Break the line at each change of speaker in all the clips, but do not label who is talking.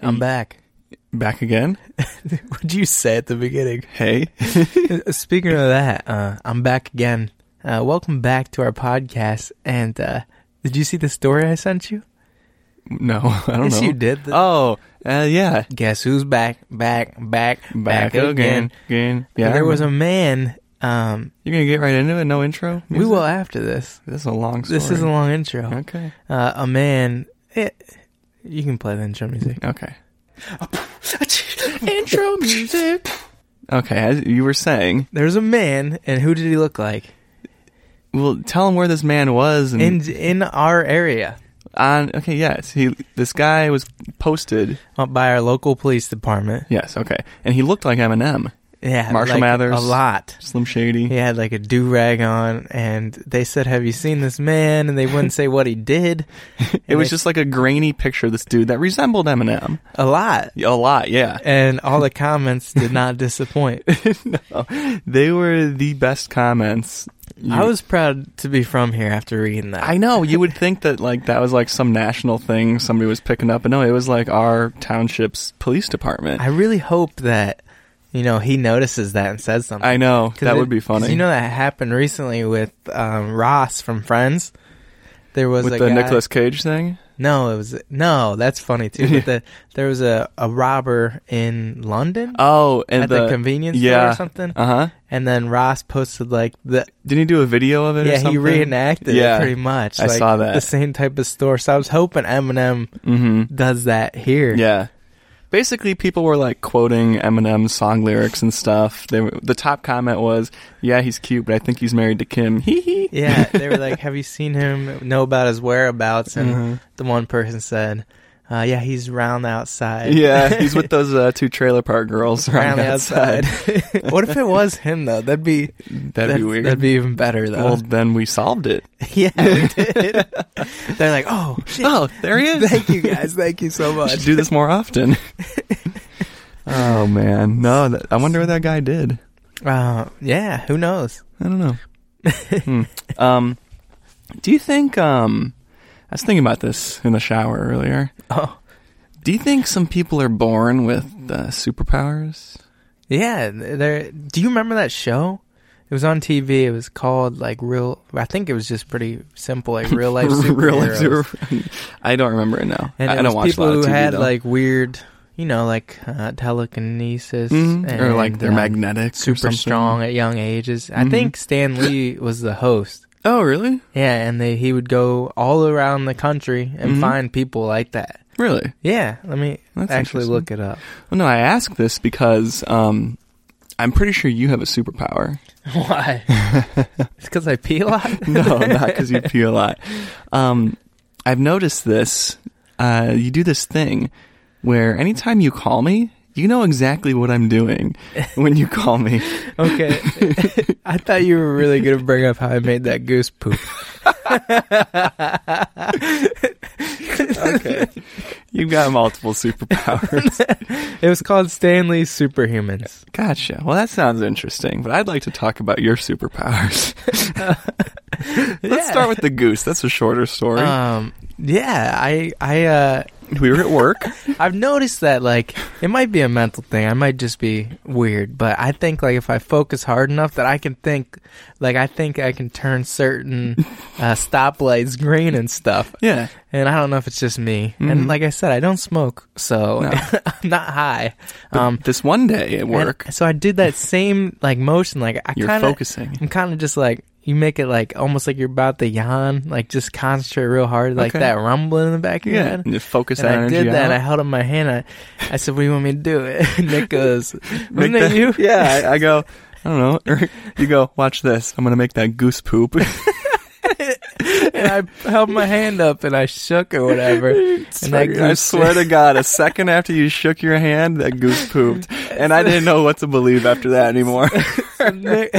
I'm back.
Back again?
What did you say at the beginning? Uh,
Hey.
Speaking of that, uh, I'm back again. Uh, welcome back to our podcast. And uh, did you see the story I sent you?
No, I don't
yes,
know.
you did. The-
Oh, uh, yeah.
Guess who's back, back, back, back, again.
Again. Yeah.
there was a man. Um,
You're going to get right into it? No intro?
we will after this.
This is a long story.
This is a long intro.
Okay.
Uh, a man. It, you can play the intro music.
Okay.
intro music.
Okay, as you were saying,
There's a man, and who did he look like?
well, tell him where this man was and
In in our area,
on. Okay, yes, he. This guy was posted.
uh, by our local police department.
Yes, okay, and he looked like Eminem,
Yeah,
Marshall
like,
Mathers.
A lot.
Slim Shady.
He had like a do rag on, and they said, "Have you seen this man?" And they wouldn't say what he did.
It was just like a grainy picture of this dude that resembled Eminem
a lot,
a lot. Yeah,
and all the comments did not disappoint.
no, they were the best comments. You-
I was proud to be from here after reading that.
I know you would think that like that was like some national thing somebody was picking up, but no, it was like our township's police department.
I really hope that you know he notices that and says something.
I know
'Cause
that
it-
would be
'cause
funny.
You know that happened recently with um, Ross from Friends. There was
with
a
the
guy-
Nicolas Cage thing.
No, it was no. That's funny too. But the, there was a, a robber in London
Oh, and
at the, uh-huh. convenience store
yeah.
or something,
Uh huh.
and then Ross posted like the
Didn't he do a video of it? or
yeah
something?
he reenacted
Yeah.
it pretty much.
I
like,
saw that.
the same type of store. So I was hoping Eminem
Mm-hmm.
does that here.
Yeah. Basically, people were like quoting Eminem's song lyrics and stuff. They were, the top comment was, "Yeah, he's cute, but I think he's married to Kim." Hee hee.
Yeah, they were like, "Have you seen him? Know about his whereabouts?"
Mm-hmm.
And the one person said, uh, "Yeah, he's round outside."
Yeah, he's with those uh, two trailer park girls around
round
the outside.
outside. what if it was him though? That'd be
That'd,
that'd,
be weird.
That'd be even better though.
well, then we solved it.
yeah, we did. They're like, "Oh, shit.
Oh, there he is.
thank you guys, thank you so
I should
much."
do this more often. oh man, no. That, I wonder what that guy did.
Uh, yeah, who knows?
I don't know. Hmm. Um, do you think? Um, I was thinking about this in the shower earlier.
Oh,
Do you think some people are born with uh, superpowers?
yeah. There. Do you remember that show? It was on TV. It was called like real. I think it was just pretty simple, like real life superheroes.
Real life super- I don't remember it now.
And
I
it
I don't
was
watch
people
a lot
who
of TV,
had
though.
like weird, you know, like uh, telekinesis
Mhm.
and,
or like they're
um,
magnetic, or
super
something.
strong at young ages. I
Mhm.
think Stan Lee was the host.
Oh, really?
Yeah, and they, he would go all around the country and
Mhm.
find people like that.
Really?
Yeah, let me
That's
actually
interesting.
look it up.
Well, no, I ask this because um, I'm pretty sure you have a superpower.
Why? it's because I pee a lot.
no, not because you pee a lot. Um, I've noticed this. Uh, you do this thing where anytime you call me, you know exactly what I'm doing when you call me.
Okay, I thought you were really gonna bring up how I made that goose poop.
okay. You've got multiple superpowers.
It was called Stan Lee's Superhumans.
Gotcha. Well, that sounds interesting, but I'd like to talk about your superpowers. Let's
Yeah.
start with the goose. That's a shorter story.
Um, yeah, I, I, uh,
we were at work.
I've noticed that like it might be a mental thing. I might just be weird, but I think like if I focus hard enough that I can think, like I think I can turn certain uh, stoplights green and stuff.
Yeah.
And I don't know if it's just me. And
Mhm.
like I said, I don't smoke, so
No.
I'm not high.
But
um,
this one day at
and
work,
so I did that same like motion. Like I
you're
kind of
focusing.
I'm kind of just like you make it like almost like you're about to yawn, like just concentrate real hard, like
Okay.
that rumbling in the back of your
Yeah.
head.
And you focus
And
that
I
energy
did that.
out.
I held up my hand. I, I said, "What do you want me to do?" And Nick goes,
Make
"Wasn't that
that-
you?"
Yeah, I, I go, I don't know. you go, watch this. I'm going to make that goose poop.
And I held my hand up and I shook or whatever. and that
I
goose-
swear to God, a second after you shook your hand, that goose pooped. And I didn't know what to believe after that anymore.
Nick,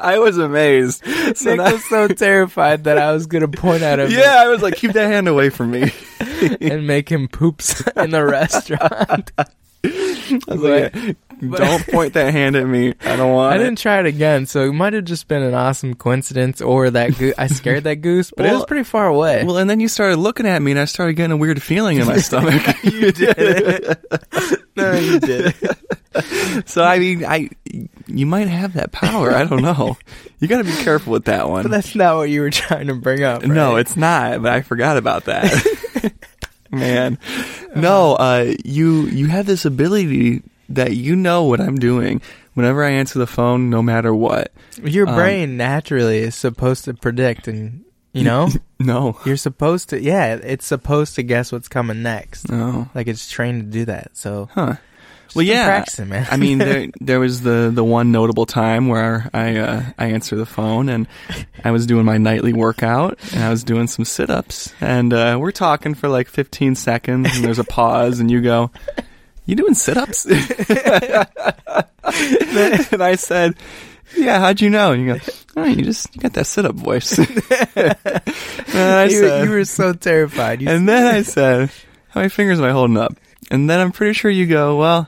I was amazed. So
Nick
now,
was so terrified that I was gonna point at him
yeah, I was like, keep that hand away from me.
and make him poops in the restaurant.
I was like, Don't point that hand at me. I don't want
I
it.
didn't try it again, so it might have just been an awesome coincidence, or that goo I scared that goose, but it was
Well-
pretty far away.
Well, and then you started looking at me, and I started getting a weird feeling in my stomach.
you did it. no, you did it.
so I mean, I you might have that power. I don't know. You got to be careful with that
But
one.
that's not what you were trying to bring up.
No,
right?
it's not. But I forgot about that. Man,
Uh-huh.
no. Uh, you you have this ability that you know what I'm doing whenever I answer the phone, no matter what.
your
um,
brain naturally is supposed to predict, and you know
No,
you're supposed to. Yeah, it's supposed to guess what's coming next.
no,
Like it's trained to do that. So
huh?
just
Well,
been
yeah.
practicing, man.
I mean, there there was the the one notable time where I uh, I answered the phone and I was doing my nightly workout and I was doing some sit ups and uh, we're talking for like 15 seconds and there's a pause and you go, "You doing sit ups?" and I said, "Yeah." How'd you know? And you go, "Oh, you just you got that sit up voice." and I
you,
said,
you were so terrified. You
and then I said, How many fingers am I holding up? And then I'm pretty sure you go, Well,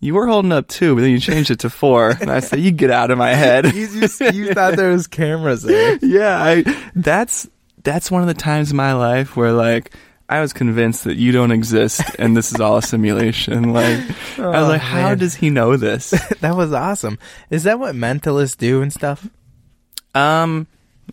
you were holding up two, but then you changed it to four. And I said, You get out of my head.
you, you, you thought there was cameras there.
yeah, I that's that's one of the times in my life where like I was convinced that you don't exist and this is all a simulation. Like I was
Oh,
like, How
man.
does he know this?
that was awesome. Is that what mentalists do and stuff?
Um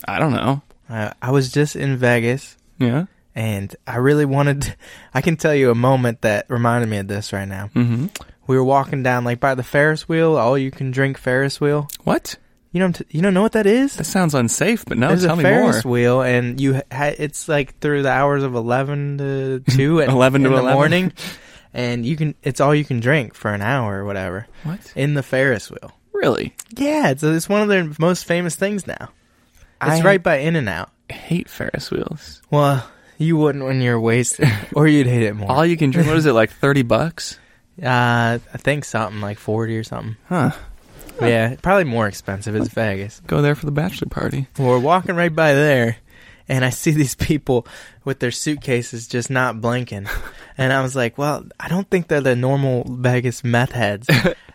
I don't know.
I, I was just in Vegas
Yeah.
and I really wanted. I can tell you a moment that reminded me of this right now.
Mm-hmm.
We were walking down like by the Ferris wheel, all you can drink Ferris wheel.
What?
You don't you don't know what that is?
That sounds unsafe, but no,
There's
tell
a
me
Ferris
more.
wheel, and you ha- it's like through the hours of eleven to two, at,
11 to
in
11.
the morning, and you can it's all you can drink for an hour or whatever
What?
in the Ferris wheel.
Really?
Yeah, it's, it's one of their most famous things now. It's
I-
right by In and Out.
hate Ferris wheels.
Well, you wouldn't when you're wasted, or you'd hate it more.
All you can drink. What is it like? Thirty bucks?
Uh, I think something like forty or something.
Huh?
But yeah, probably more expensive. It's Vegas.
Go there for the bachelor party.
We're walking right by there, and I see these people with their suitcases just not blinking. And I was like, well, I don't think they're the normal Vegas meth heads.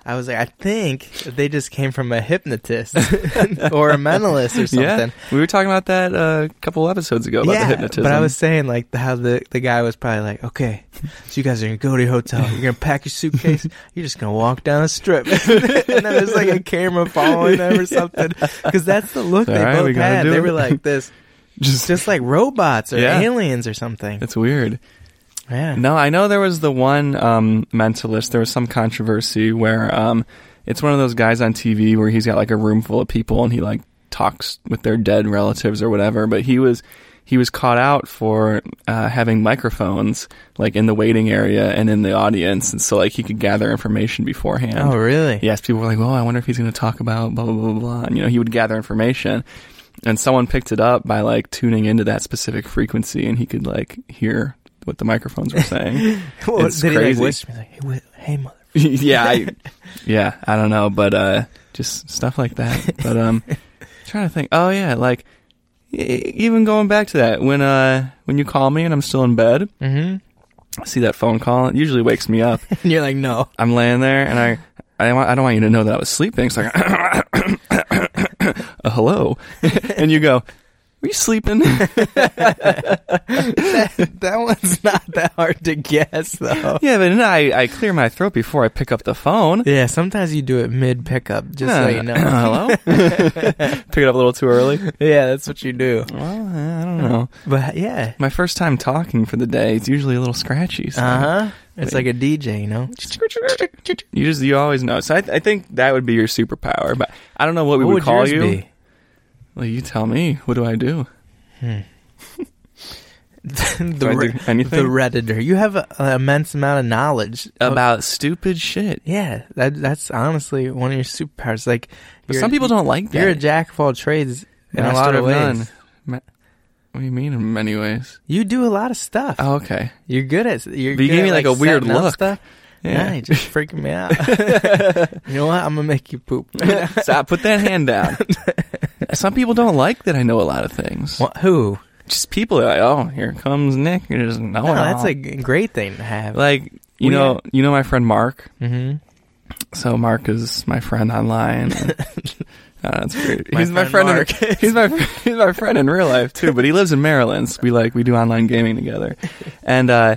I was like, I think they just came from a hypnotist or a mentalist or something.
we were talking about that uh, a couple episodes ago about the hypnotism.
But I was saying like the- how the the guy was probably like, okay, so you guys are gonna go to your hotel, you're gonna pack your suitcase, you're just gonna walk down the strip, and then there's like a camera following them or something, because that's the look they
All right, we
both
gotta
had.
do
They
it.
were like this,
just.
just like robots or
Yeah.
aliens or something.
It's weird.
Yeah.
No, I know there was the one um, mentalist. There was some controversy where um, it's one of those guys on TV where he's got like a room full of people and he like talks with their dead relatives or whatever. But he was he was caught out for uh, having microphones like in the waiting area and in the audience, and so like he could gather information beforehand.
Oh, really?
Yes, people were like, "Well, I wonder if he's going to talk about blah blah blah blah, blah." And, you know, he would gather information, and someone picked it up by like tuning into that specific frequency, and he could like hear what the microphones were saying.
Well,
It's
did he like
crazy.
whisper like, hey, wi- hey, mother?
yeah, I, yeah, I don't know, but uh, just stuff like that. But um, trying to think. Oh yeah, like e- even going back to that when uh when you call me and I'm still in bed,
Mm-hmm.
I see that phone call. It usually wakes me up.
And you're like, no.
I'm laying there and I. I don't, want, I don't want you to know that I was sleeping. So I go, uh, hello. and you go, were you sleeping?
that, that one's not that hard to guess though.
yeah, but no, I, I clear my throat before I pick up the phone.
Yeah, sometimes you do it mid pickup, just
Yeah.
so you know.
hello? pick it up a little too early.
Yeah, that's what you do.
Well, I don't know.
But yeah.
My first time talking for the day, it's usually a little scratchy. So.
Uh huh. It's
Wait.
like a DJ, you know?
You just you always know. So I, I think that would be your superpower. But I don't know what we
What
would,
would
call
yours
you.
be?
Well, you tell me. What do I do?
the,
Do I do
re-
anything?
Hmm. the Redditor. You have a- an immense amount of knowledge.
About stupid shit.
Yeah, that, that's honestly one of your superpowers. Like,
But
you're-
some people don't like that.
You're a jack of all trades in a
Master
lot of, ways.
none. Ma- what do you mean in many ways?
You do a lot of stuff.
Oh, okay.
You're good at. You're
But
good
you gave
at,
me, like, a weird
setting up
look.
Stuff. Yeah,
Yeah.
you just freaking me out. you know what? I'm gonna make you poop.
Stop. Put that hand down. Some people don't like that I know a lot of things.
What, who?
Just people are like, oh, here comes Nick. He doesn't know
No,
it
that's
all.
a g- great thing to have.
Oh, like you
Weird.
know you know my friend Mark.
mm-hmm.
So Mark is my friend online. and- Uh, that's great.
My
he's my friend.
friend
In,
Mark.
he's my fr- he's my friend in real life too, but he lives in Maryland. So we like we do online gaming together, and uh,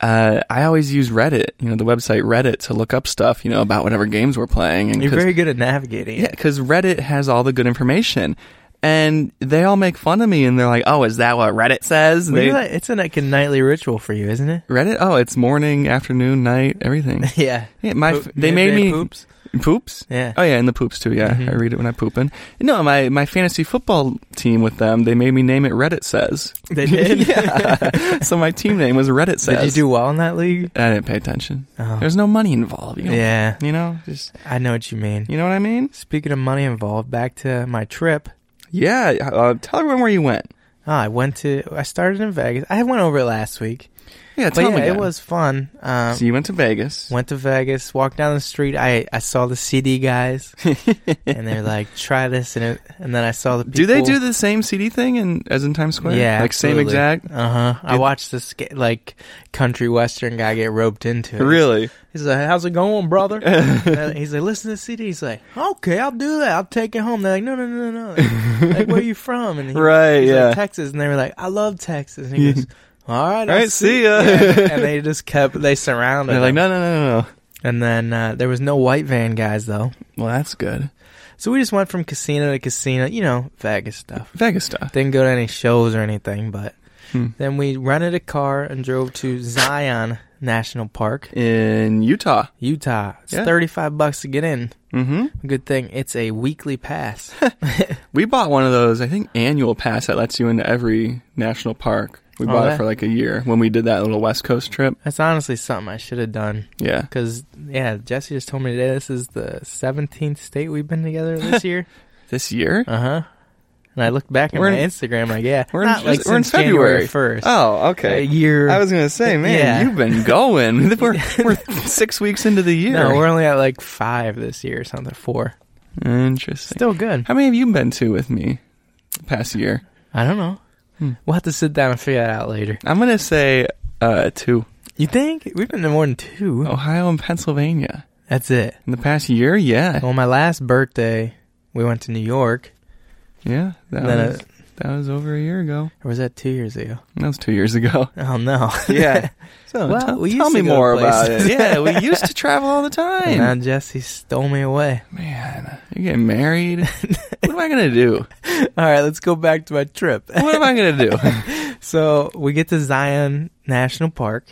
uh, I always use Reddit, you know, the website Reddit to look up stuff, you know, about whatever games we're playing. And
You're
'cause-
very good at navigating.
yeah,
it.
because Reddit has all the good information, and they all make fun of me, and they're like, "Oh, is that what Reddit says?"
Well,
They,
you're like- it's a like a nightly ritual for you, isn't it?
Reddit. Oh, it's morning, afternoon, night, everything.
Yeah.
Yeah, my
Poop-
f- they made
midday
me
poops.
poops.
Yeah.
Oh yeah, and the poops too. Yeah,
Mhm.
I read it when I'm pooping. No, my my fantasy football team with them, they made me name it Reddit says.
They did?
yeah. So my team name was Reddit says. Uh,
Did you do well in that league?
I didn't pay attention.
Oh.
There's no money involved. You know,
Yeah.
You know, just
I know what you mean.
you know what I mean.
Speaking of money involved, back to my trip.
Yeah. Uh, tell everyone where you went.
Oh, I went to. I started in Vegas. I went over it last week,
Yeah.
but
Tell
yeah,
me.
it was fun. Um,
So you went to Vegas.
went to Vegas, walked down the street. I, I saw the CD guys, and they're like, "Try this," and it, and then I saw the. People.
Do they do the same CD thing in, as in Times Square?
Yeah,
Like same exact.
Uh huh. I
Did-
watched this ga- like country western guy get roped into it.
Really?
He's like, "How's it going, brother?" And he's like, "Listen to the CD." He's like, "Okay, I'll do that. I'll take it home." They're like, "No, no, no, no, no." like, where you from? And he,
Right.
he's like,
Yeah.
Texas, and they were like, "I love Texas." And he goes, "All right,
All
I'll
right, see ya."
Yeah, and they just kept they surrounded.
They're like,
him.
no, no, no, no, no.
And then uh, there was no white van guys though,
Well, that's good.
so we just went from casino to casino. You know, Vegas stuff.
Vegas stuff.
Didn't go to any shows or anything, but
Hmm.
then we rented a car and drove to Zion National Park,
in Utah.
Utah. It's
Yeah.
thirty-five bucks to get in.
Mm-hmm.
Good thing it's a weekly pass.
We bought one of those, I think, annual pass that lets you into every national park. We
Oh,
bought
yeah.
it for like a year when we did that little West Coast trip.
That's honestly something I should have done.
Yeah.
Cause yeah, Jesse just told me today this is the seventeenth state we've been together this year.
This year?
Uh huh. And I looked back at
Uh-huh. We're
my
in-
Instagram, like yeah,
we're in-
not like
we're in
since January
February.
first.
Oh,
A
okay.
year.
I was going to say, man,
Yeah.
you've been going. we're, we're six weeks into the year.
no, we're only at like five this year or something. Four.
Interesting.
Still good.
How many have you been to with me the past year?
I don't know.
Hmm.
We'll have to sit down and figure that out later.
I'm going to say uh, two
You think we've been to more than two?
Ohio and Pennsylvania.
That's it.
In the past year? Yeah.
Well, my last birthday, we went to New York.
Yeah. That,
And then
was,
uh,
that was over a year ago.
or was that two years ago?
That was two years ago.
Oh no.
Yeah. So
Well,
tell-
we used
tell
to
me
go to
more about it.
places.
Yeah, we used to travel all the
And now
time.
Jesse stole me away.
Man, you're getting married. what am I gonna do?
All right, let's go back to my trip.
What am I gonna do?
So we get to Zion National Park,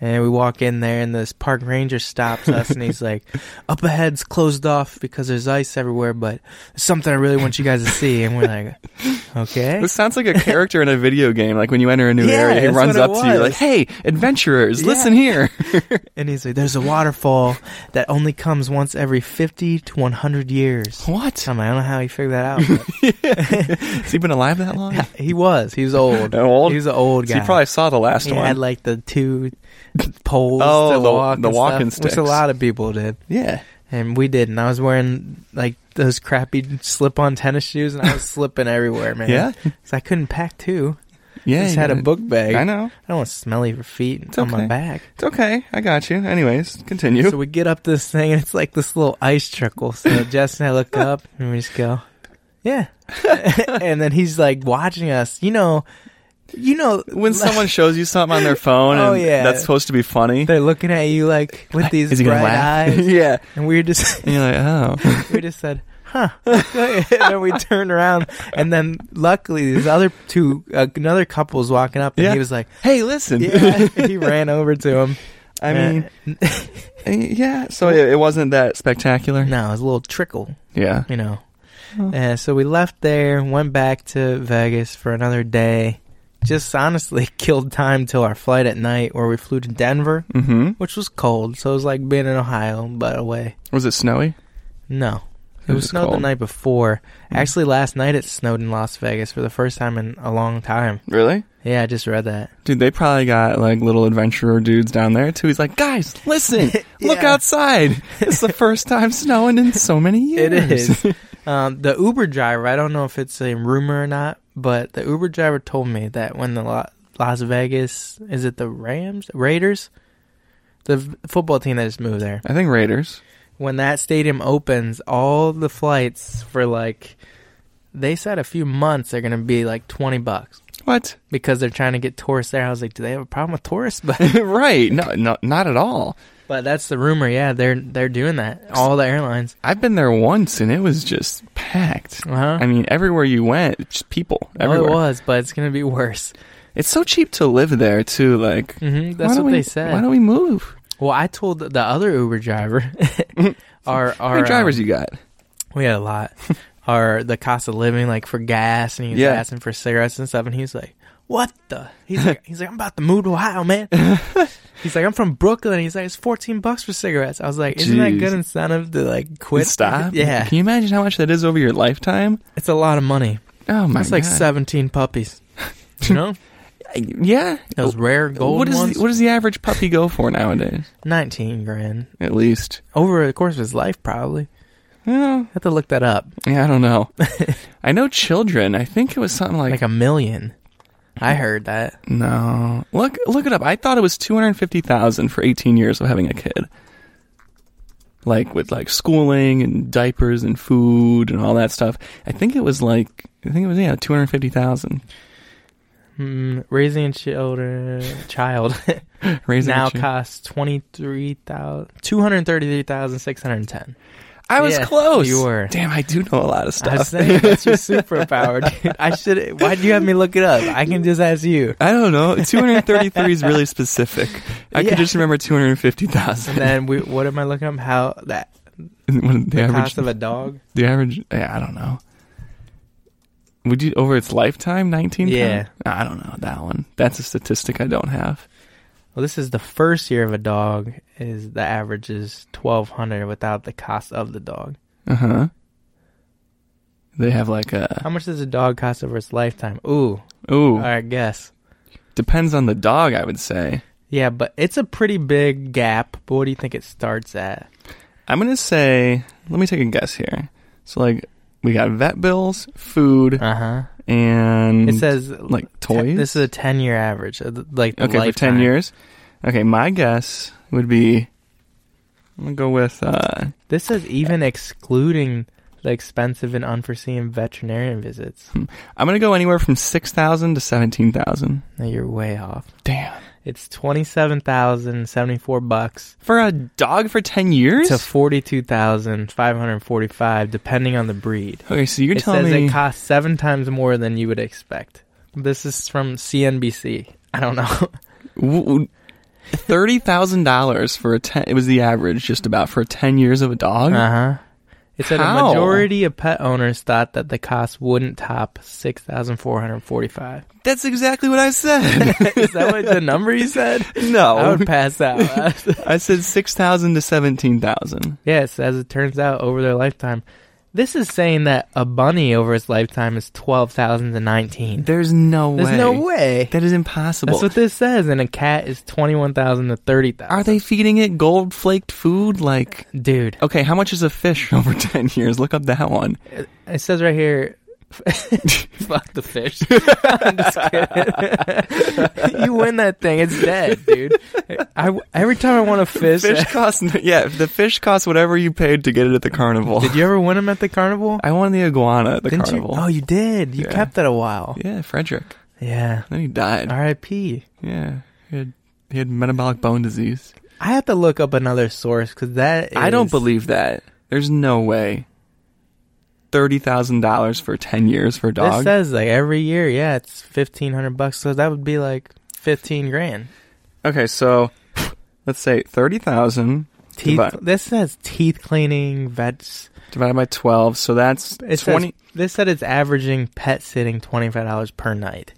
and we walk in there, and this park ranger stops us, and he's like, "Up ahead's closed off because there's ice everywhere, but there's something I really want you guys to see." And we're like, "Okay."
this sounds like a character in a video game. Like when you enter a new
Yeah,
area, he
that's
runs
what
up
it
to you,
was.
like, "Hey, adventurers,
Yeah.
listen here."
And he's like, "There's a waterfall that only comes once every fifty to one hundred years."
what?
I'm like, I don't know how he figured that out.
Has he been alive that long?
but he was. He was old.
Old?
He was an old
So
guy.
he probably saw the last
he
one.
had like the two poles
Oh,
to
the-
walk
the
and
walking
stuff, which a
sticks.
lot of people did.
yeah,
and we didn't. I was wearing like those crappy slip-on tennis shoes, and I was slipping everywhere, man.
yeah,
'Cause I couldn't pack two.
yeah.
I just
you
had a
gotta-
book bag.
I
I,
know.
don't want smelly feet on my
okay.
back.
It's okay. I got you. Anyways, continue.
So we get up this thing, and it's like this little ice trickle. So Jess and I look up, and we just go, "Yeah," and then he's like watching us. You know, you know
when someone shows you something on their phone,
Oh,
and
yeah.
that's supposed to be funny.
they're looking at you like with these
Is he gonna
bright
laugh?
eyes,
yeah.
and we were just
And you're like, oh.
we just said, huh. and then we turned around, and then luckily, these other two, uh, another couple was walking up, and
Yeah.
he was like,
Hey, listen.
yeah. he ran over to him.
I mean, uh, yeah. So it, it wasn't that spectacular.
no, it was a little trickle,
Yeah.
you know.
Oh.
And so we left there, went back to Vegas for another day. Just honestly killed time till our flight at night, where we flew to Denver,
Mm-hmm.
which was cold. So it was like being in Ohio, but away.
Was it snowy?
No. It Hmm. was snowed the
cold.
night before.
Mm.
Actually, last night it snowed in Las Vegas for the first time in a long time.
Really?
Yeah, I just read that.
Dude, they probably got like little adventurer dudes down there too. He's like, guys, listen, look
Yeah.
outside. It's the first time snowing in so many
It
years.
is. um, the Uber driver, I don't know if it's a rumor or not, but the Uber driver told me that when the La- Las Vegas, is it the Rams? Raiders? The v- football team that just moved there.
I think Raiders.
when that stadium opens, all the flights for like they said a few months are gonna be like twenty bucks
What?
because they're trying to get tourists there. I was like, do they have a problem with tourists? But
right? No, no, not at all.
but that's the rumor. Yeah, they're they're doing that. All the airlines.
I've been there once, and it was just packed.
Uh-huh.
I mean, everywhere you went, it's just people
Well, Oh, it
everywhere.
was, but it's gonna be worse.
It's so cheap to live there too. Like
hmm
why
That's
don't
what
we-
they said.
Why don't we move?
Well, I told the other Uber driver, our
How
our
many drivers
um,
you got?
we had a lot, our the cost of living, like for gas, and he was
Yeah.
asking for cigarettes and stuff, and he was like, "What the?" He's like, "He's like, I'm about to move to Ohio, man." he's like, "I'm from Brooklyn." He's like, "It's fourteen bucks for cigarettes." I was like, "Isn't that
Jeez.
good incentive to like quit?"
Stop.
Yeah,
Can you imagine how much that is over your lifetime?
it's a lot of money.
Oh my
That's like
God.
seventeen puppies. You know
Yeah.
those rare gold
what is
ones.
The, what does the average puppy go for nowadays?
Nineteen grand
At least.
over the course of his life, probably.
Well,
I have to look that up.
yeah, I don't know. I know children. I think it was something like, Hmm.
like a million. I heard that.
no. Look look it up. I thought it was two hundred fifty thousand for eighteen years of having a kid. Like with like schooling and diapers and food and all that stuff. I think it was like I think it was yeah two hundred fifty thousand.
Hmm, raising a children, child
Raising a
now
chi-
costs twenty three thousand two hundred thirty three thousand six hundred ten.
I was
Yeah,
close.
you were.
Damn, I do know a lot of stuff.
I was saying that's your superpower, dude. I should. Why'd you have me look it up? I can just ask you.
I don't know. 233 is really specific. I
Yeah.
could just remember
And
250,000.
then we, what am I looking up? How that
And when the
the
average,
cost of a dog?
the average, yeah, I don't know. Would you over its lifetime 19?
Yeah.
I don't know that one. That's a statistic I don't have.
Well, this is the first year of a dog. Is the average is twelve hundred without the cost of the dog?
Uh huh. They have like a
How much does a dog cost over its lifetime? Ooh,
ooh
all right, guess.
depends on the dog I would say.
Yeah, but it's a pretty big gap. But what do you think it starts at?
I'm gonna say let me take a guess here. So like we got vet bills, food,
Uh huh.
and
It says
Mm, like
ten-
toys.
this is a ten-year average, uh, th- like the
Okay, for ten
lifetime.
years. Okay, my guess would be. I'm gonna go with. Uh,
This says even excluding the expensive and unforeseen veterinarian visits.
I'm gonna go anywhere from six thousand to seventeen thousand.
Now you're way off.
Damn.
It's twenty-seven thousand seventy-four bucks
For a dog for ten years.
to forty-two thousand five hundred forty-five, depending on the breed.
okay, so you're
it
telling
says
me.
it costs seven times more than you would expect. This is from CNBC. I don't know.
w- w- Thirty thousand dollars for a ten. It was the average, just about for ten years of a dog.
Uh huh. It said
How?
a majority of pet owners thought that the cost wouldn't top six thousand four hundred forty-five.
That's exactly what I said.
Is that what the number you said? I
no,
would pass out.
I said six thousand to seventeen thousand.
yes, as it turns out, over their lifetime, this is saying that a bunny over its lifetime is twelve thousand to nineteen.
There's no
There's
way.
no way.
That is impossible.
That's what this says, and a cat is twenty-one thousand to thirty
Are
thousand.
they feeding it gold flaked food like?
Dude,
Okay, how much is a fish over 10 years? Look up that one.
it it says right here. Fuck the fish. I'm just kidding. you win that thing. It's dead, dude. I, every time I want a fish.
Fish costs, yeah, the fish costs whatever you paid to get it at the carnival.
did you ever win them at the carnival?
I won the iguana at the
Didn't
carnival.
You? Oh, you did. You
Yeah.
kept it a while.
Yeah, Frederick.
Yeah.
Then he died.
Uh, R.I.P.
Yeah, he had, he had metabolic bone disease.
I have to look up another source because that. Is,
I don't believe that. There's no way. $30,000 for 10 years for a
This
dog.
says like every year, yeah, it's fifteen hundred bucks. So that would be like fifteen grand.
okay, so let's say 30000
Teeth.
Divide-
This says teeth cleaning, vets.
divided by 12, so that's
It
20
says this said it's averaging pet sitting twenty five dollars per night.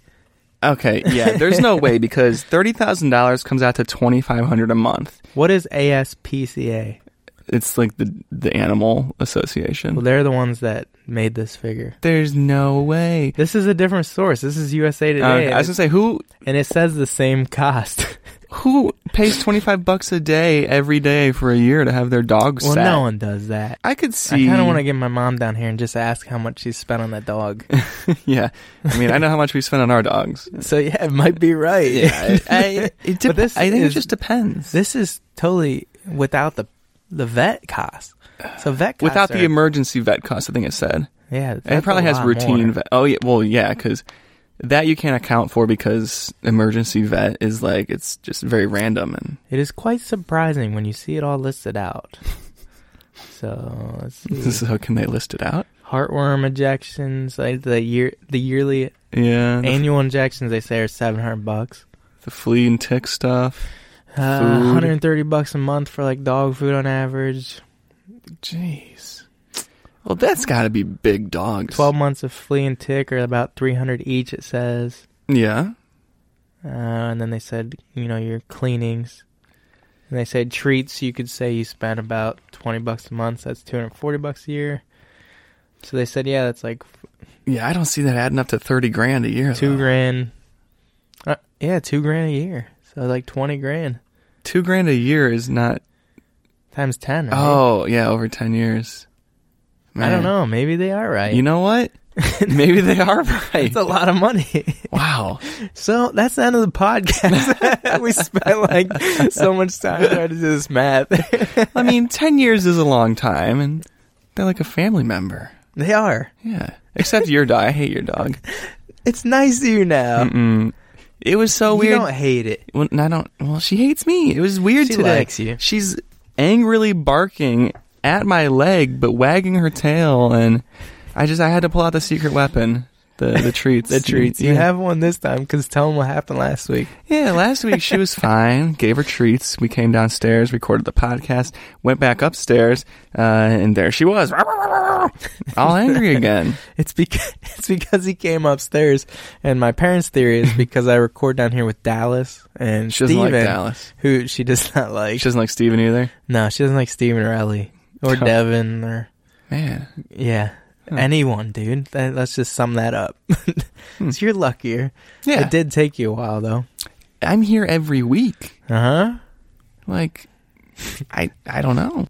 Okay, yeah, there's no way because thirty thousand dollars comes out to twenty five hundred a month.
What is ASPCA?
It's like the the animal
Well,
association.
they're the ones that made this figure.
There's no way.
This is a different source. This is USA Today,
Okay,
and
Uh, I was
it-
gonna say who
and it says the same cost.
who pays twenty five bucks a day every day for a year to have their dog
well,
sat?
no one does that.
I could see.
I kind of want to get my mom down here and just ask how much she spent on that dog.
Yeah, I mean, I know how much we spend on our dogs.
so yeah, it might be right.
I, I, it dep-
But this
I think
is-
it just depends.
this is totally without the the vet costs. So vet costs
Without the
are-
emergency vet cost, I think it said.
yeah,
And it
that's
probably
a
has
lot
routine
more.
vet. Oh, yeah. Well, yeah, because that you can't account for because emergency vet is like, it's just very random. And
It is quite surprising when you see it all listed out. so let's see.
so can they list it out?
Heartworm injections, like the year, the yearly
Yeah. the-
annual injections they say are seven hundred bucks.
the flea and tick stuff.
Uh,
Food.
130 bucks a month for like dog food on average.
Jeez. Well, that's got to be big dogs.
12 months of flea and tick are about 300 each, it says.
Yeah.
Uh, and then they said, you know, your cleanings. And they said treats, you could say you spend about 20 bucks a month. That's 240 bucks a year. So they said, yeah, that's like
Yeah, I don't see that adding up to 30 grand a year.
two
though.
grand. Uh, yeah, two grand a year. So like 20 grand
Two grand a year is not.
times 10. Right?
Oh, yeah, over 10 years.
I don't
Man.
know. Maybe they are right.
You know what? Maybe they are right.
it's a lot of money.
wow.
So that's the end of the podcast. we spent like so much time trying to do this math.
I mean, 10 years is a long time, and they're like a family member.
they are.
Yeah. Except your dog. I hate your dog.
It's nice to you now.
Mm-mm. It was so
You
weird.
don't hate it.
Well, I don't. Well, she hates me. It was weird
She
today.
likes you.
She's angrily barking at my leg, but wagging her tail, and I just I had to pull out the secret weapon, the the treats,
The treats.
Yeah.
You have one this time because tell them what happened last week.
Yeah, last week she was fine. Gave her treats. We came downstairs, recorded the podcast, went back upstairs, uh, and there she was, all angry again.
It's because it's because he came upstairs, and my parents' theory is because I record down here with Dallas and
She doesn't
Steven,
like Dallas.
who she does not like.
She doesn't like Steven either.
no, she doesn't like Steven or Ellie or
Huh.
Devin or
Man,
yeah.
Huh.
Anyone, dude. That, let's just sum that up.
Hmm.
so you're luckier.
yeah,
It did take you a while, though.
I'm here every week.
Uh huh.
Like, I I don't know.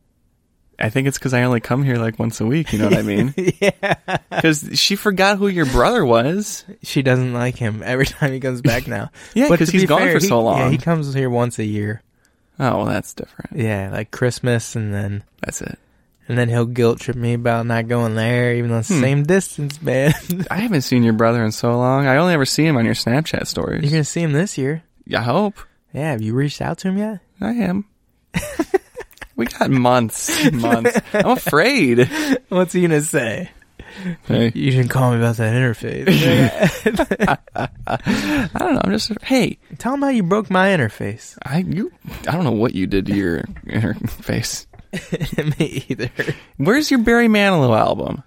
I think it's because I only come here like once a week. You know what I mean?
yeah.
Because she forgot who your brother was.
She doesn't like him every time he comes back now.
Yeah,
But
because
to be
he's gone
fair,
for
he-
so long.
Yeah, he comes here once a year.
oh, well, that's different.
Yeah, like Christmas, and then
That's it.
and then he'll guilt trip me about not going there, even though it's the
Hmm.
same distance, man.
I haven't seen your brother in so long. I only ever see him on your Snapchat
You're
stories.
gonna see him this year.
I hope
Yeah, have you reached out to him yet?
I am. we got months, months. I'm afraid.
What's he gonna say?
Hey,
You didn't call me about that interface.
I don't know. I'm just hey.
Tell him how you broke my interface.
I you. I don't know what you did to your inner face.
me either.
Where's your Barry Manilow album?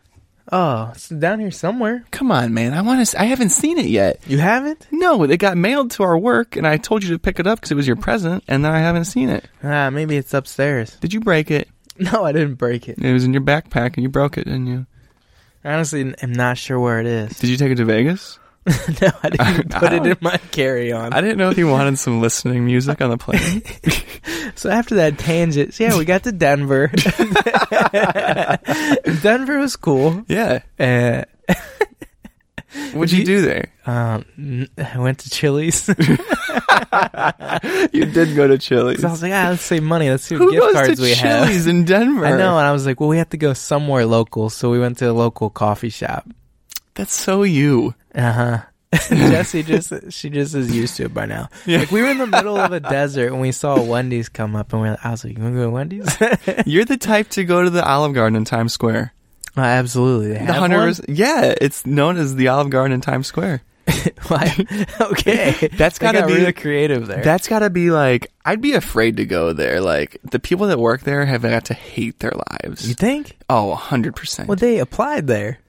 Oh, it's down here somewhere.
Come on, man. I want to. I haven't seen it yet.
You haven't?
No, it got mailed to our work, and I told you to pick it up because it was your present, and then I haven't seen it.
Ah, maybe it's upstairs.
Did you break it?
No, I didn't break it.
It was in your backpack, and you broke it, didn't you?
I honestly am not sure where it is.
Did you take it to Vegas?
no, I didn't
I
put it
don't-
in my carry on.
I didn't know if you wanted some listening music on the plane.
So after that tangent, so yeah, we got to Denver. Denver was cool.
yeah.
Uh,
What'd you do there?
um, n- I went to Chili's. so
You did go to Chili's.
I was like, ah, let's save money. Let's see what
Who
gift
goes
cards
to
we
Chili's
have.
in Denver?
I know, and I was like, well, we have to go somewhere local. So we went to a local coffee shop.
That's so you.
Uh huh.
Uh-huh.
Jesse just she just is used to it by now. Like we were in the middle of a desert and we saw a Wendy's come up and we are I was like, "You want to go to Wendy's?"
You're the type to go to the Olive Garden in Times Square.
Oh, absolutely. They
The
have
Hunter
one?
is- Yeah, it's known as the Olive Garden in Times Square.
Why- okay,
That's
They
gotta
got
be-
really creative there.
That's got to be like I'd be afraid to go there. Like the people that work there have got to hate their
you
lives.
think?
Oh, a hundred percent.
Well, they applied there.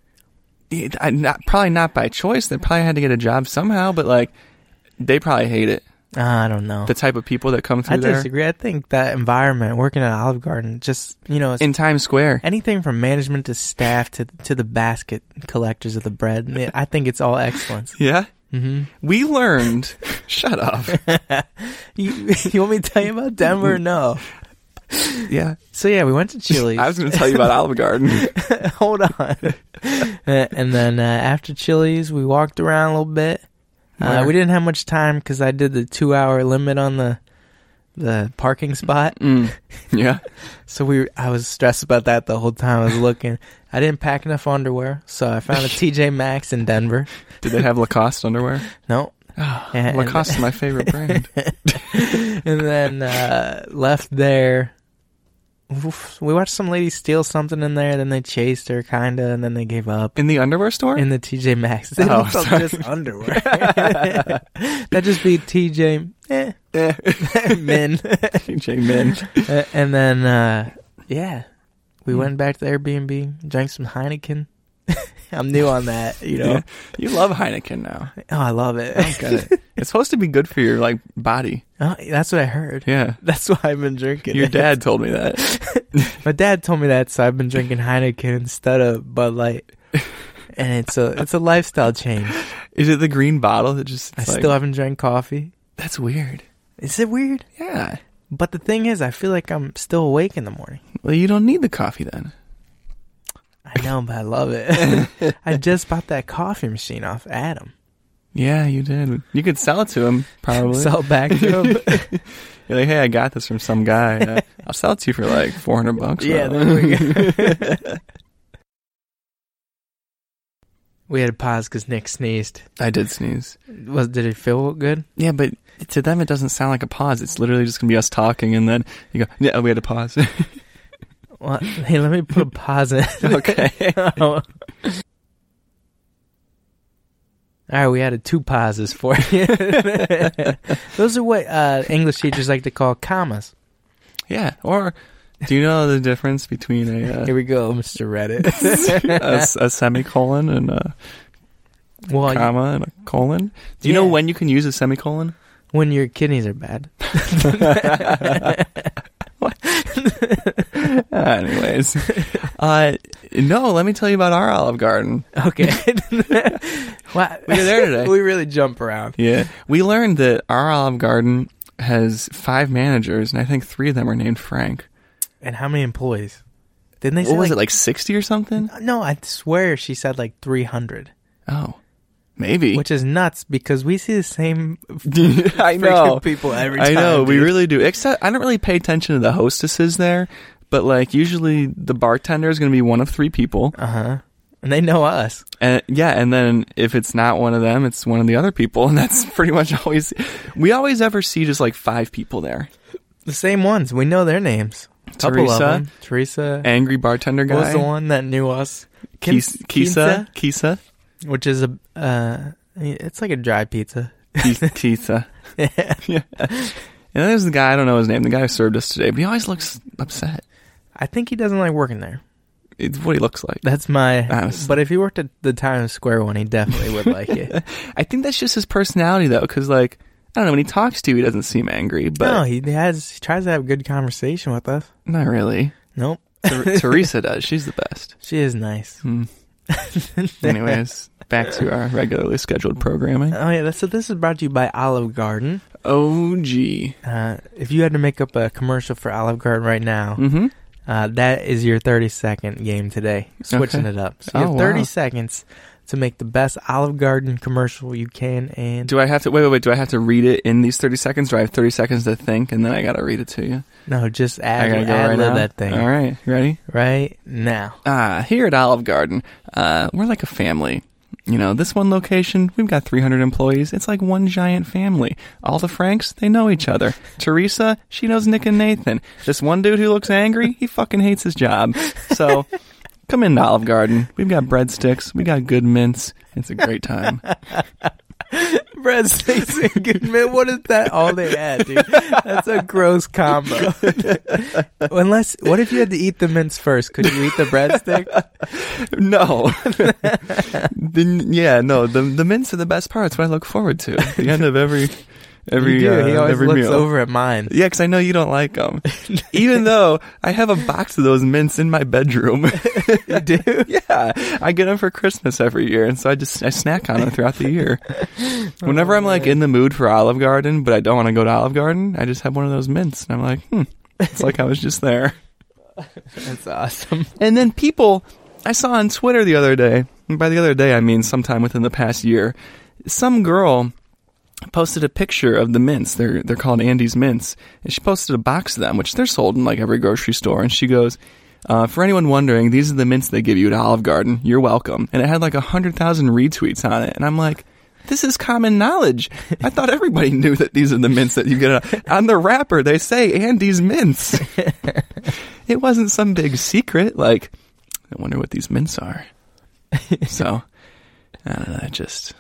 It- I- not- Probably not by choice. They probably had to get a job somehow, but like they probably hate it.
Uh, I don't know.
The type of people that come through
I
there
disagree. I think that environment, working at Olive Garden, just you know, it's
in Times Square.
anything from management to staff to to the basket collectors of the bread, man, I think it's all excellence.
Yeah,
hmm
we learned. Shut up.
You, you want me to tell you about Denver? No.
Yeah,
So yeah, we went to Chili's.
I was going to tell you about Olive Garden.
Hold on. Uh, and then uh, after Chili's, we walked around a little bit. Uh,
Where?
we didn't have much time because I did the two hour limit on the the parking spot.
Mm. Yeah.
So we, I was stressed about that the whole time. I was looking. I didn't pack enough underwear, so I found a TJ Maxx in Denver.
Did they have Lacoste underwear?
No, And-
Lacoste is my favorite brand.
and then uh, left there. Oof. We watched some lady steal something in there. Then they chased her, kinda, and then they gave up.
In the underwear store?
In the TJ Maxx, they
Oh,
felt
sorry.
just underwear. That'd just be TJ eh,
Eh.
men.
J. Min.
Uh, and then uh yeah we went back to airbnb drank some heineken i'm new on that you know
Yeah. You love Heineken now.
oh i love it
I get it. It's supposed to be good for your like body.
oh, that's what i heard
Yeah.
that's why i've been drinking
Your
it.
dad told me that.
my dad told me that so i've been drinking heineken instead of bud light and it's a it's a lifestyle change
Is it the green bottle that just?
i
it's like-
still haven't drank coffee
That's weird.
is it weird
Yeah.
but the thing is i feel like i'm still awake in the morning
Well, you don't need the coffee then.
i know but i love it i just bought that coffee machine off adam
Yeah, you did. You could sell it to him probably.
sell back to him
You're like, hey, I got this from some guy. Uh, I'll sell it to you for like four hundred bucks.
Yeah,
bro."
there we go. we had to pause because Nick sneezed.
I did sneeze.
Was did it feel good?
Yeah, but to them it doesn't sound like a pause. It's literally just gonna be us talking, and then you go, yeah, we had a pause.
Well, hey, let me put a pause in. Oh.
okay.
All right, we added two pauses for you. Those are what uh, English teachers like to call commas.
Yeah. Or do you know the difference between a
Here
uh,
we go, Mr. Reddit.
a, Uh, s- a semicolon and a
well, you-
comma and a colon? Do you know
Yeah.
when you can use a semicolon?
when your kidneys are bad.
Uh, anyways, uh, no. Let me tell you about our Olive Garden.
Okay. wow.
We were there today.
we really jump around.
Yeah. We learned that our Olive Garden has five managers, and I think three of them are named Frank.
And how many employees? Didn't they
What
say
was
like,
it, like 60 or something?
No, I swear she said like 300,
Oh, maybe.
which is nuts because we see the same
I know.
freaking people every time.
I know. We
dude.
really do. Except I don't really pay attention to the hostesses there, but like usually the bartender is going to be one of three people.
Uh-huh. And they know us.
And yeah, and then if it's not one of them, it's one of the other people, and that's pretty much always. We always ever see just like five people there.
The same ones. We know their names. Couple
Teresa.
of them. Teresa.
Angry bartender guy.
what was the one that knew us? Kim-
Kis- Kisa. Kisa.
Kinza, Which is a, uh, it's like a dry pizza.
Pizza. yeah. And then there's the guy, I don't know his name, the guy who served us today, but he always looks upset.
I think he doesn't like working there.
It's what he looks like.
That's my,
Honestly.
but if he worked at the Times Square one, he definitely would like it.
I think that's just his personality, though, because, like, I don't know, when he talks to you, he doesn't seem angry,
no,
but
he has, he tries to have good conversation with us.
not really.
Nope.
Ter- Teresa does. She's the best.
She is nice.
Hmm. Anyways, back to our regularly scheduled programming.
Oh yeah, that's, so this is brought to you by Olive Garden.
Oh, gee.
Uh, if you had to make up a commercial for Olive Garden right now,
Mm-hmm.
uh, that is your 30 second game today. Switching
Okay.
it up. So you
Oh,
have 30
wow.
seconds to make the best Olive Garden commercial you can. And
Do I have to, wait, wait, wait, do I have to read it in these 30 seconds? Do I have 30 seconds to think, and then I gotta read it to you?
no, just
I
add,
gotta go
add
right now?
that thing
All right, you ready?
right now.
Ah, here at Olive Garden, uh, we're like a family. You know, this one location, we've got 300 employees. It's like one giant family. All the Franks, they know each other. Teresa, she knows Nick and Nathan. This one dude who looks angry, he fucking hates his job. So, come into Olive Garden. We've got breadsticks, we got good mints. It's a great time.
Brad Stacy and Goodman, what is that all they had, dude? That's a gross combo. Unless, what if you had to eat the mince first? Could you eat the breadstick?
No. then yeah, no. The the mints are the best part. It's what I look forward to. At the end of every every
You do. he
uh,
always
every
looks
meal.
over at mine.
Yeah, because I know you don't like them. Even though I have a box of those mints in my bedroom.
You do?
yeah, I get them for Christmas every year, and so I just I snack on them throughout the year.
Oh,
Whenever I'm like in the mood for Olive Garden, but I don't want to go to Olive Garden, I just have one of those mints, and I'm like, hmm, it's like I was just there.
That's awesome.
And then people I saw on Twitter the other day, and by the other day I mean sometime within the past year, some girl posted a picture of the mints. They're they're called Andy's mints, and she posted a box of them, which they're sold in like every grocery store. And she goes, uh, "For anyone wondering, these are the mints they give you at Olive Garden. You're welcome." And it had like a hundred thousand retweets on it, and I'm like. This is common knowledge. I thought everybody knew that these are the mints that you get at- on the wrapper. They say Andy's mints. it wasn't some big secret. Like, I wonder what these mints are. So, I don't know. I just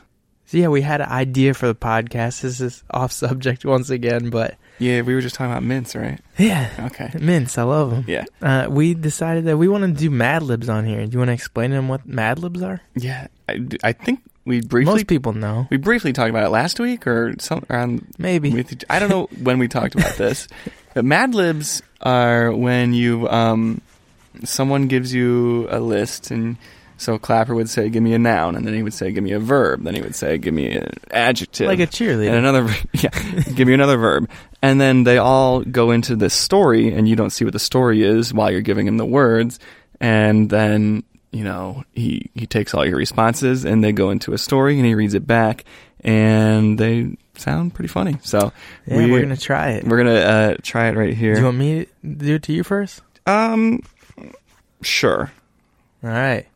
So yeah, we had an idea for the podcast. This is off subject once again, but
yeah, we were just talking about mints, right?
yeah,
Okay.
mints. I love them.
Yeah.
Uh, we decided that we want to do Mad Libs on here. Do you want to explain to them what Mad Libs are?
Yeah. I, d- I think we briefly
Most people know,
we briefly talked about it last week or some or on
maybe.
with, I don't know when we talked about this. But Mad Libs are when you um someone gives you a list and so Clapper would say give me a noun and then he would say give me a verb, then he would say give me an adjective.
like a
and
cheerleader.
another yeah, give me another verb and then they all go into this story and you don't see what the story is while you're giving him the words and then you know he he takes all your responses and they go into a story and he reads it back and they sound pretty funny so
yeah,
we-
we, are gonna try it.
we're gonna uh, try it right
Do
here
you want me to do it to you first?
um sure
All right,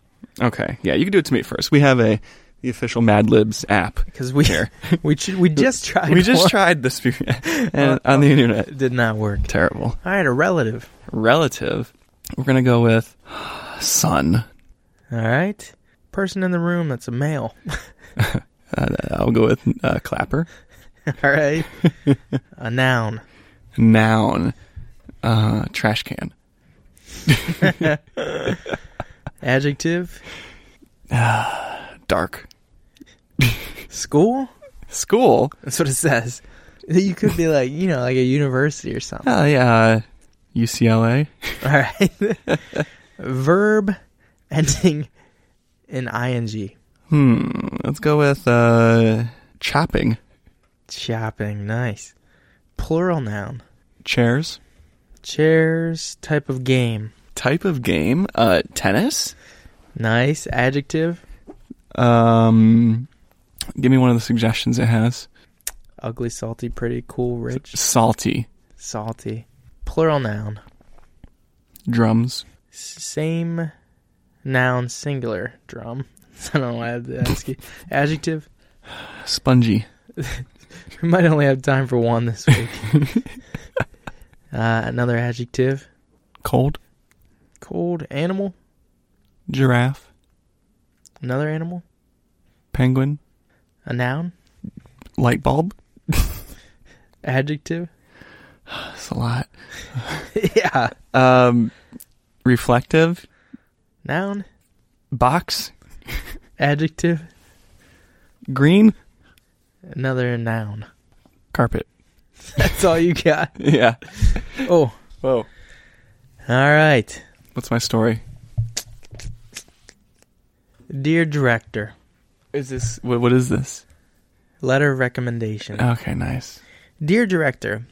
okay yeah you can do it to me first we have a the official mad libs app
because we
Here.
we ch- we just tried.
we just
one.
tried this be-
Uh,
and, on the internet
It did not work.
terrible
All right, a relative.
relative, we're going to go with son.
All right, person in the room that's a male.
Uh, I'll go with uh, clapper.
All right, a noun.
Noun, uh, trash can.
Adjective.
Dark.
School.
School.
That's what it says. You could be like you know like a university or something.
Oh, yeah. UCLA.
All right. Verb ending in ing.
Hmm. Let's go with uh, chopping.
Chopping. Nice. Plural noun.
Chairs.
Chairs. Type of game.
Type of game. Uh, tennis.
Nice. Adjective.
Um, give me one of the suggestions it has.
Ugly, salty, pretty, cool, rich,
Salty.
salty. Plural noun.
Drums.
S- Same noun, singular. Drum. I don't know why I had to ask you. Adjective.
Spongy.
We might only have time for one this week. uh, another adjective.
Cold.
Cold animal.
Giraffe.
Another animal.
Penguin.
A noun.
Light bulb.
Adjective.
That's a lot.
yeah.
Um, reflective
Noun.
box
Adjective.
green
Another noun.
carpet.
That's all you got.
Yeah.
Oh.
Whoa.
All right.
What's my story?
Dear director,
Is this what? What is this?
letter of recommendation.
Okay, nice.
Dear director,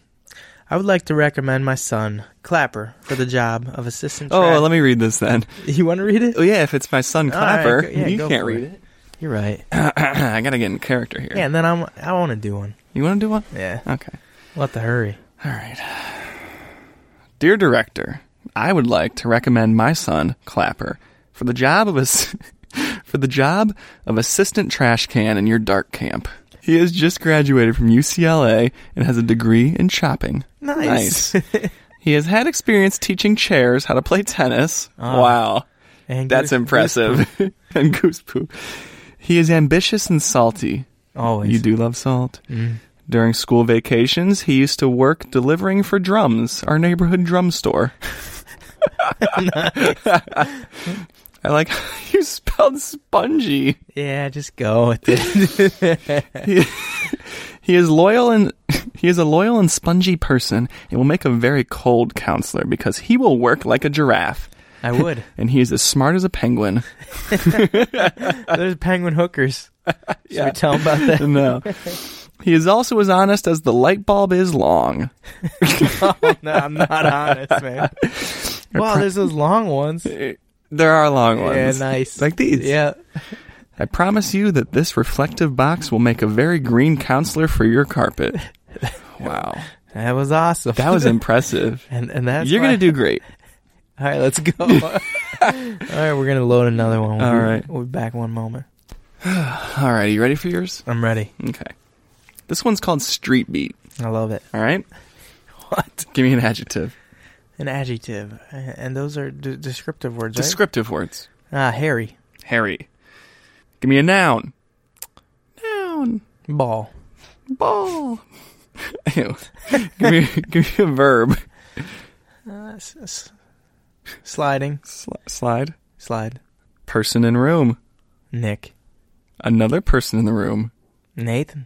I would like to recommend my son, Clapper, for the job of assistant.
Oh,
track-
let me read this then.
you want to read it?
Oh yeah, if it's my son
All right,
Clapper,
go- yeah,
you
go
can't
for
read
it.
it.
You're right.
I gotta get in character here.
Yeah, and then I'm I want to do one.
You want to do one?
Yeah.
Okay.
We'll have to hurry.
All right. Dear director, I would like to recommend my son Clapper for the job of ass- for the job of assistant trash can in your dark camp. He has just graduated from UCLA and has a degree in chopping.
Nice.
Nice. he has had experience teaching chairs how to play tennis.
Ah.
wow.
And
That's
goose-
impressive. and goose poop. He is ambitious and salty.
Always.
You do love salt.
Mm.
During school vacations, he used to work delivering for drums, our neighborhood drum store. I like how you spelled spongy.
Yeah, just go with it.
He is loyal and he is a loyal and spongy person and will make a very cold counselor because he will work like a giraffe
I would.
and he is as smart as a penguin.
There's penguin hookers. Should we tell 'em about that?
no. He is also as honest as the light bulb is long.
no, I'm not honest, man. Wow, there's those long ones.
Eh, There are long ones.
Yeah, nice.
Like these.
Yeah.
I promise you that this reflective box will make a very green counselor for your carpet. Wow.
That was awesome.
That was impressive.
and and that's
You're
why-
going to do great.
All right, let's go. All right, we're gonna load another one. We'll
All
be-
right.
we'll be back one moment.
All right, you ready for yours?
I'm ready.
Okay. This one's called Street Beat.
I love it.
All right?
What
Give me an adjective.
an adjective, and those are d- descriptive words, right?
Descriptive words.
Ah, hairy
Harry. Give me a noun. Noun.
ball,
Ball. Ew. give, me, give me a verb.
uh, s- s- sliding,
Sli- slide.
slide,
Person in room.
Nick,
Another person in the room.
Nathan,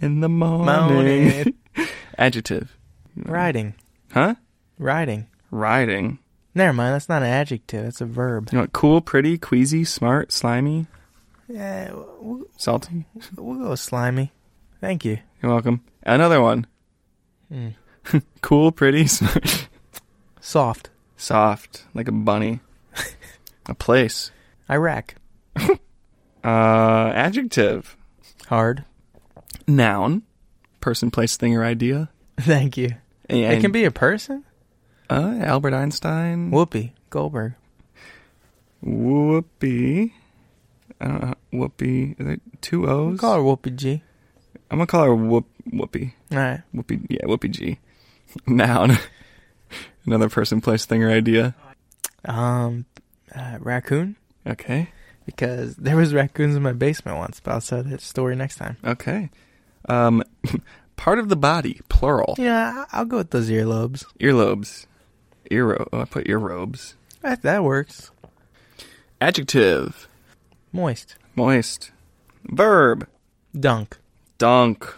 In the morning.
Moaning.
Adjective.
riding,
Huh?
riding.
Riding.
Never mind, that's not an adjective. That's a verb.
You know what? Cool, pretty, queasy, smart, slimy,
Yeah, we'll,
salty.
we'll go with slimy. Thank you.
You're welcome. Another one.
Mm.
Cool, pretty, smart.
Soft,
Soft, like a bunny. a place.
Iraq,
Uh, adjective.
hard.
Noun. Person, place, thing, or idea.
Thank you.
And,
it can be a person.
Uh, Albert Einstein.
Whoopi Goldberg.
Whoopi. I don't know. Whoopi. Are there two
We'll
O's?
call her Whoopi G.
I'm going to call her Whoop, Whoopi.
All right.
Whoopi, yeah, Whoopi G. Noun. Another person, place, thing, or idea.
Um, uh, raccoon.
Okay,
Because there was raccoons in my basement once, but I'll tell that story next time.
okay. Um, part of the body, plural.
Yeah, I- I'll go with those earlobes.
Earlobes. Earro. Oh, I put earrobes.
That, that works.
Adjective.
Moist.
Moist. Verb.
Dunk.
Dunk.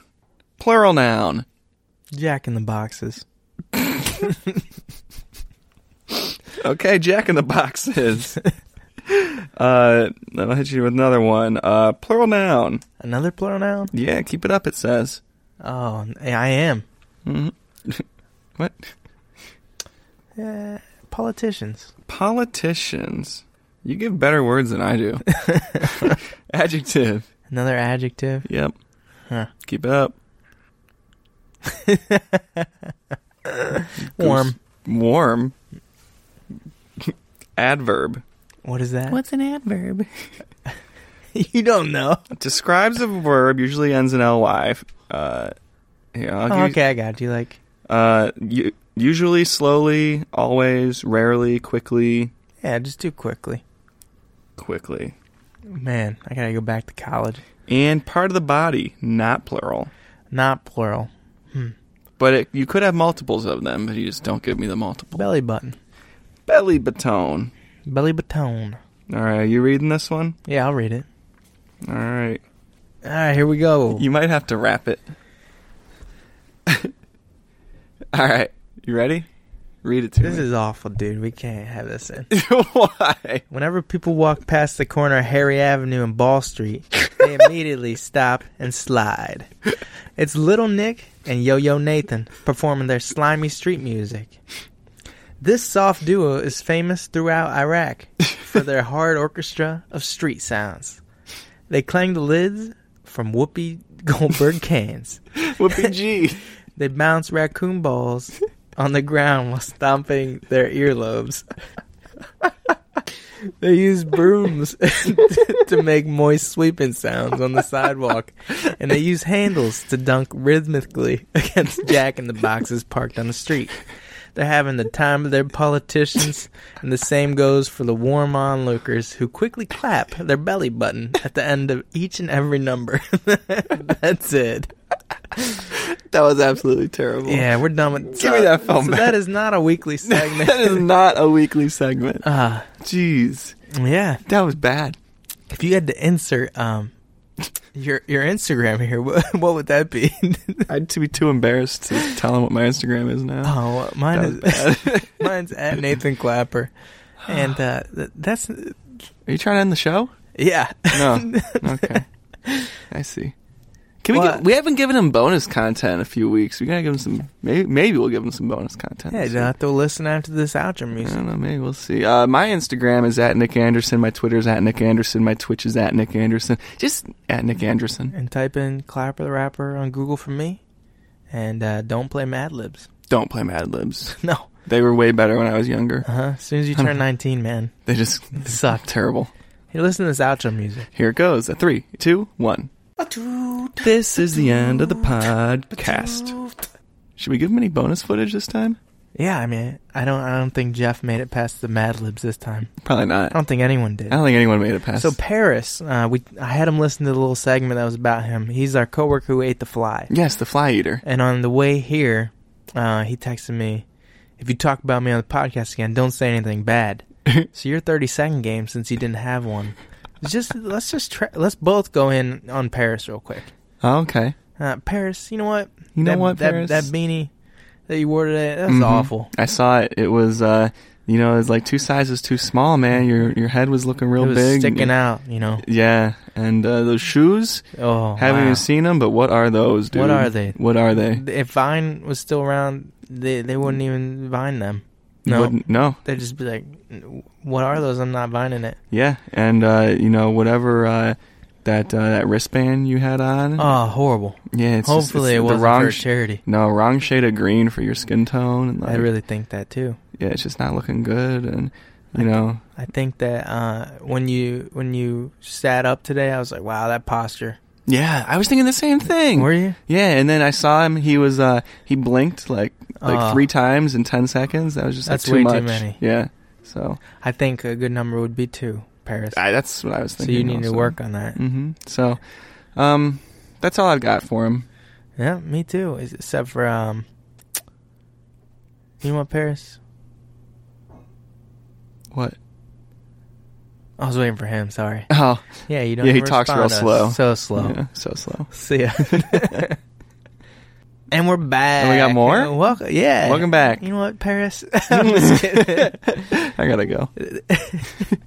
Plural noun.
Jack in the boxes.
Okay, Jack in the boxes. uh, then I'll hit you with another one. Uh, plural noun.
Another plural noun?
Yeah, keep it up. It says.
Oh, n- I am.
hmm what?
Yeah, politicians.
Politicians. You give better words than I do. Adjective.
Another adjective.
Yep.
Huh.
Keep it up.
Warm.
Warm. Adverb.
What is that?
an adverb?
you don't know.
Describes a verb, usually ends in ly. Uh, here, I'll give
Oh,
you-
okay, I got you. Like,
Uh, u- usually, slowly, always, rarely, quickly,
yeah, just too quickly.
quickly.
Man, I gotta go back to college.
And part of the body, not plural.
Not plural. Hmm.
But it, you could have multiples of them, but you just don't give me the multiple.
Belly button.
Belly baton.
Belly baton.
All right, you reading this one?
Yeah, I'll read it.
All right.
All right, here we go.
You might have to wrap it. All right. You ready? Read it to
this
me.
is awful, dude. We can't have this in.
Why?
Whenever people walk past the corner of Harry Avenue and Ball Street, they immediately stop and slide. It's Little Nick and Yo Yo Nathan performing their slimy street music. This soft duo is famous throughout Iraq for their hard orchestra of street sounds. They clang the lids from Whoopi Goldberg cans.
Whoopee G.
They bounce raccoon balls on the ground while stomping their earlobes. they use brooms to make moist sweeping sounds on the sidewalk, and they use handles to dunk rhythmically against Jack in the boxes parked on the street. They're having the time of their politicians, and the same goes for the warm onlookers who quickly clap their belly button at the end of each and every number. That's it.
That was absolutely terrible.
Yeah, we're done with.
Give me that phone
So
back.
that is not a weekly
that
segment.
is not a weekly segment.
uh,
Jeez.
yeah.
That was bad.
If you had to insert um your your Instagram here, what, what would that be?
I'd be too embarrassed to tell him what my Instagram is now.
oh, mine
That was
is
bad.
mine's at Nathan Clapper, and uh, th- that's
Are you trying to end the show?
yeah.
No. Okay. I see. Can we?
Well,
Get, we haven't given him bonus content in a few weeks. We gotta give him some. Maybe, maybe we'll give him some bonus content.
Yeah,
this
you
week.
don't have to listen after this outro
I
music.
don't know. Maybe we'll see. Uh, my Instagram is at Nick Anderson. My Twitter's at Nick Anderson. My Twitch is at Nick Anderson. Just at Nick Anderson.
And type in Clapper the Rapper on Google for me. And uh, don't play Mad Libs.
Don't play Mad Libs.
No.
They were way better when I was younger.
Uh huh. As soon as you turn 19, man,
They just
it sucked.
terrible.
Hey, listen to this outro music.
Here it goes. A three, two, one. This is the end of the podcast. Should we give him any bonus footage this time?
Yeah, I mean, I don't, I don't think Jeff made it past the Mad Libs this time.
Probably not.
I don't think anyone
I
did.
don't think anyone made it past.
So Paris, uh, we, I had him listen to the little segment that was about him. He's our coworker who ate the fly.
yes, the fly eater.
And on the way here, uh, he texted me, "If you talk about me on the podcast again, don't say anything bad." so your thirty second game, since you didn't have one, is just let's just try, let's both go in on Paris real quick.
okay.
Uh, Paris, you know what?
You know
That-
what,
That,
Paris?
that beanie that you wore today, that's
Mhm.
awful.
I saw it. It was, uh, you know, it was like two sizes too small, man. Your your head was looking real
Mm-hmm. it was
big.
sticking out, you know.
Yeah, and uh, those shoes.
Oh,
Haven't
wow.
even seen them, but what are those, dude?
What are they?
What are they?
If Vine was still around, they they wouldn't even Vine them. No,
Wouldn't- no.
they'd just be like, "What are those? I'm not vining it."
Yeah, and uh, you know whatever uh, that uh, that wristband you had on.
Oh, horrible.
yeah, Mm-hmm. it's just-
Hopefully, it
it's the
wasn't
wrong
for a
sh-
charity.
no wrong shade of green for your skin tone, and like,
I really think that too.
yeah, it's just not looking good, and
I-
you know
I think that uh, when you when you sat up today, I was like, "Wow, that posture."
yeah, I was thinking the same thing.
Were you?
yeah, and then I saw him. He was uh, he blinked like like
Oh.
three times in ten seconds. That was just
That's
like, too
way too
much.
many.
Yeah, so
I think a good number would be two, Paris.
I, that's what I was
so
thinking.
you need
also.
to work on that.
hmm So, um, that's all I've got for him.
Yeah, me too. Is- Except for um, you know what, Paris?
What?
I was waiting for him. Sorry.
Oh,
Yeah, you don't.
Yeah, he
respond
talks real
to us.
slow.
So slow.
yeah, so slow.
See ya. and we're back.
And we got more?
Uh, Welcome. Yeah.
Welcome back.
You know what, Paris? I'm just kidding.
I gotta go.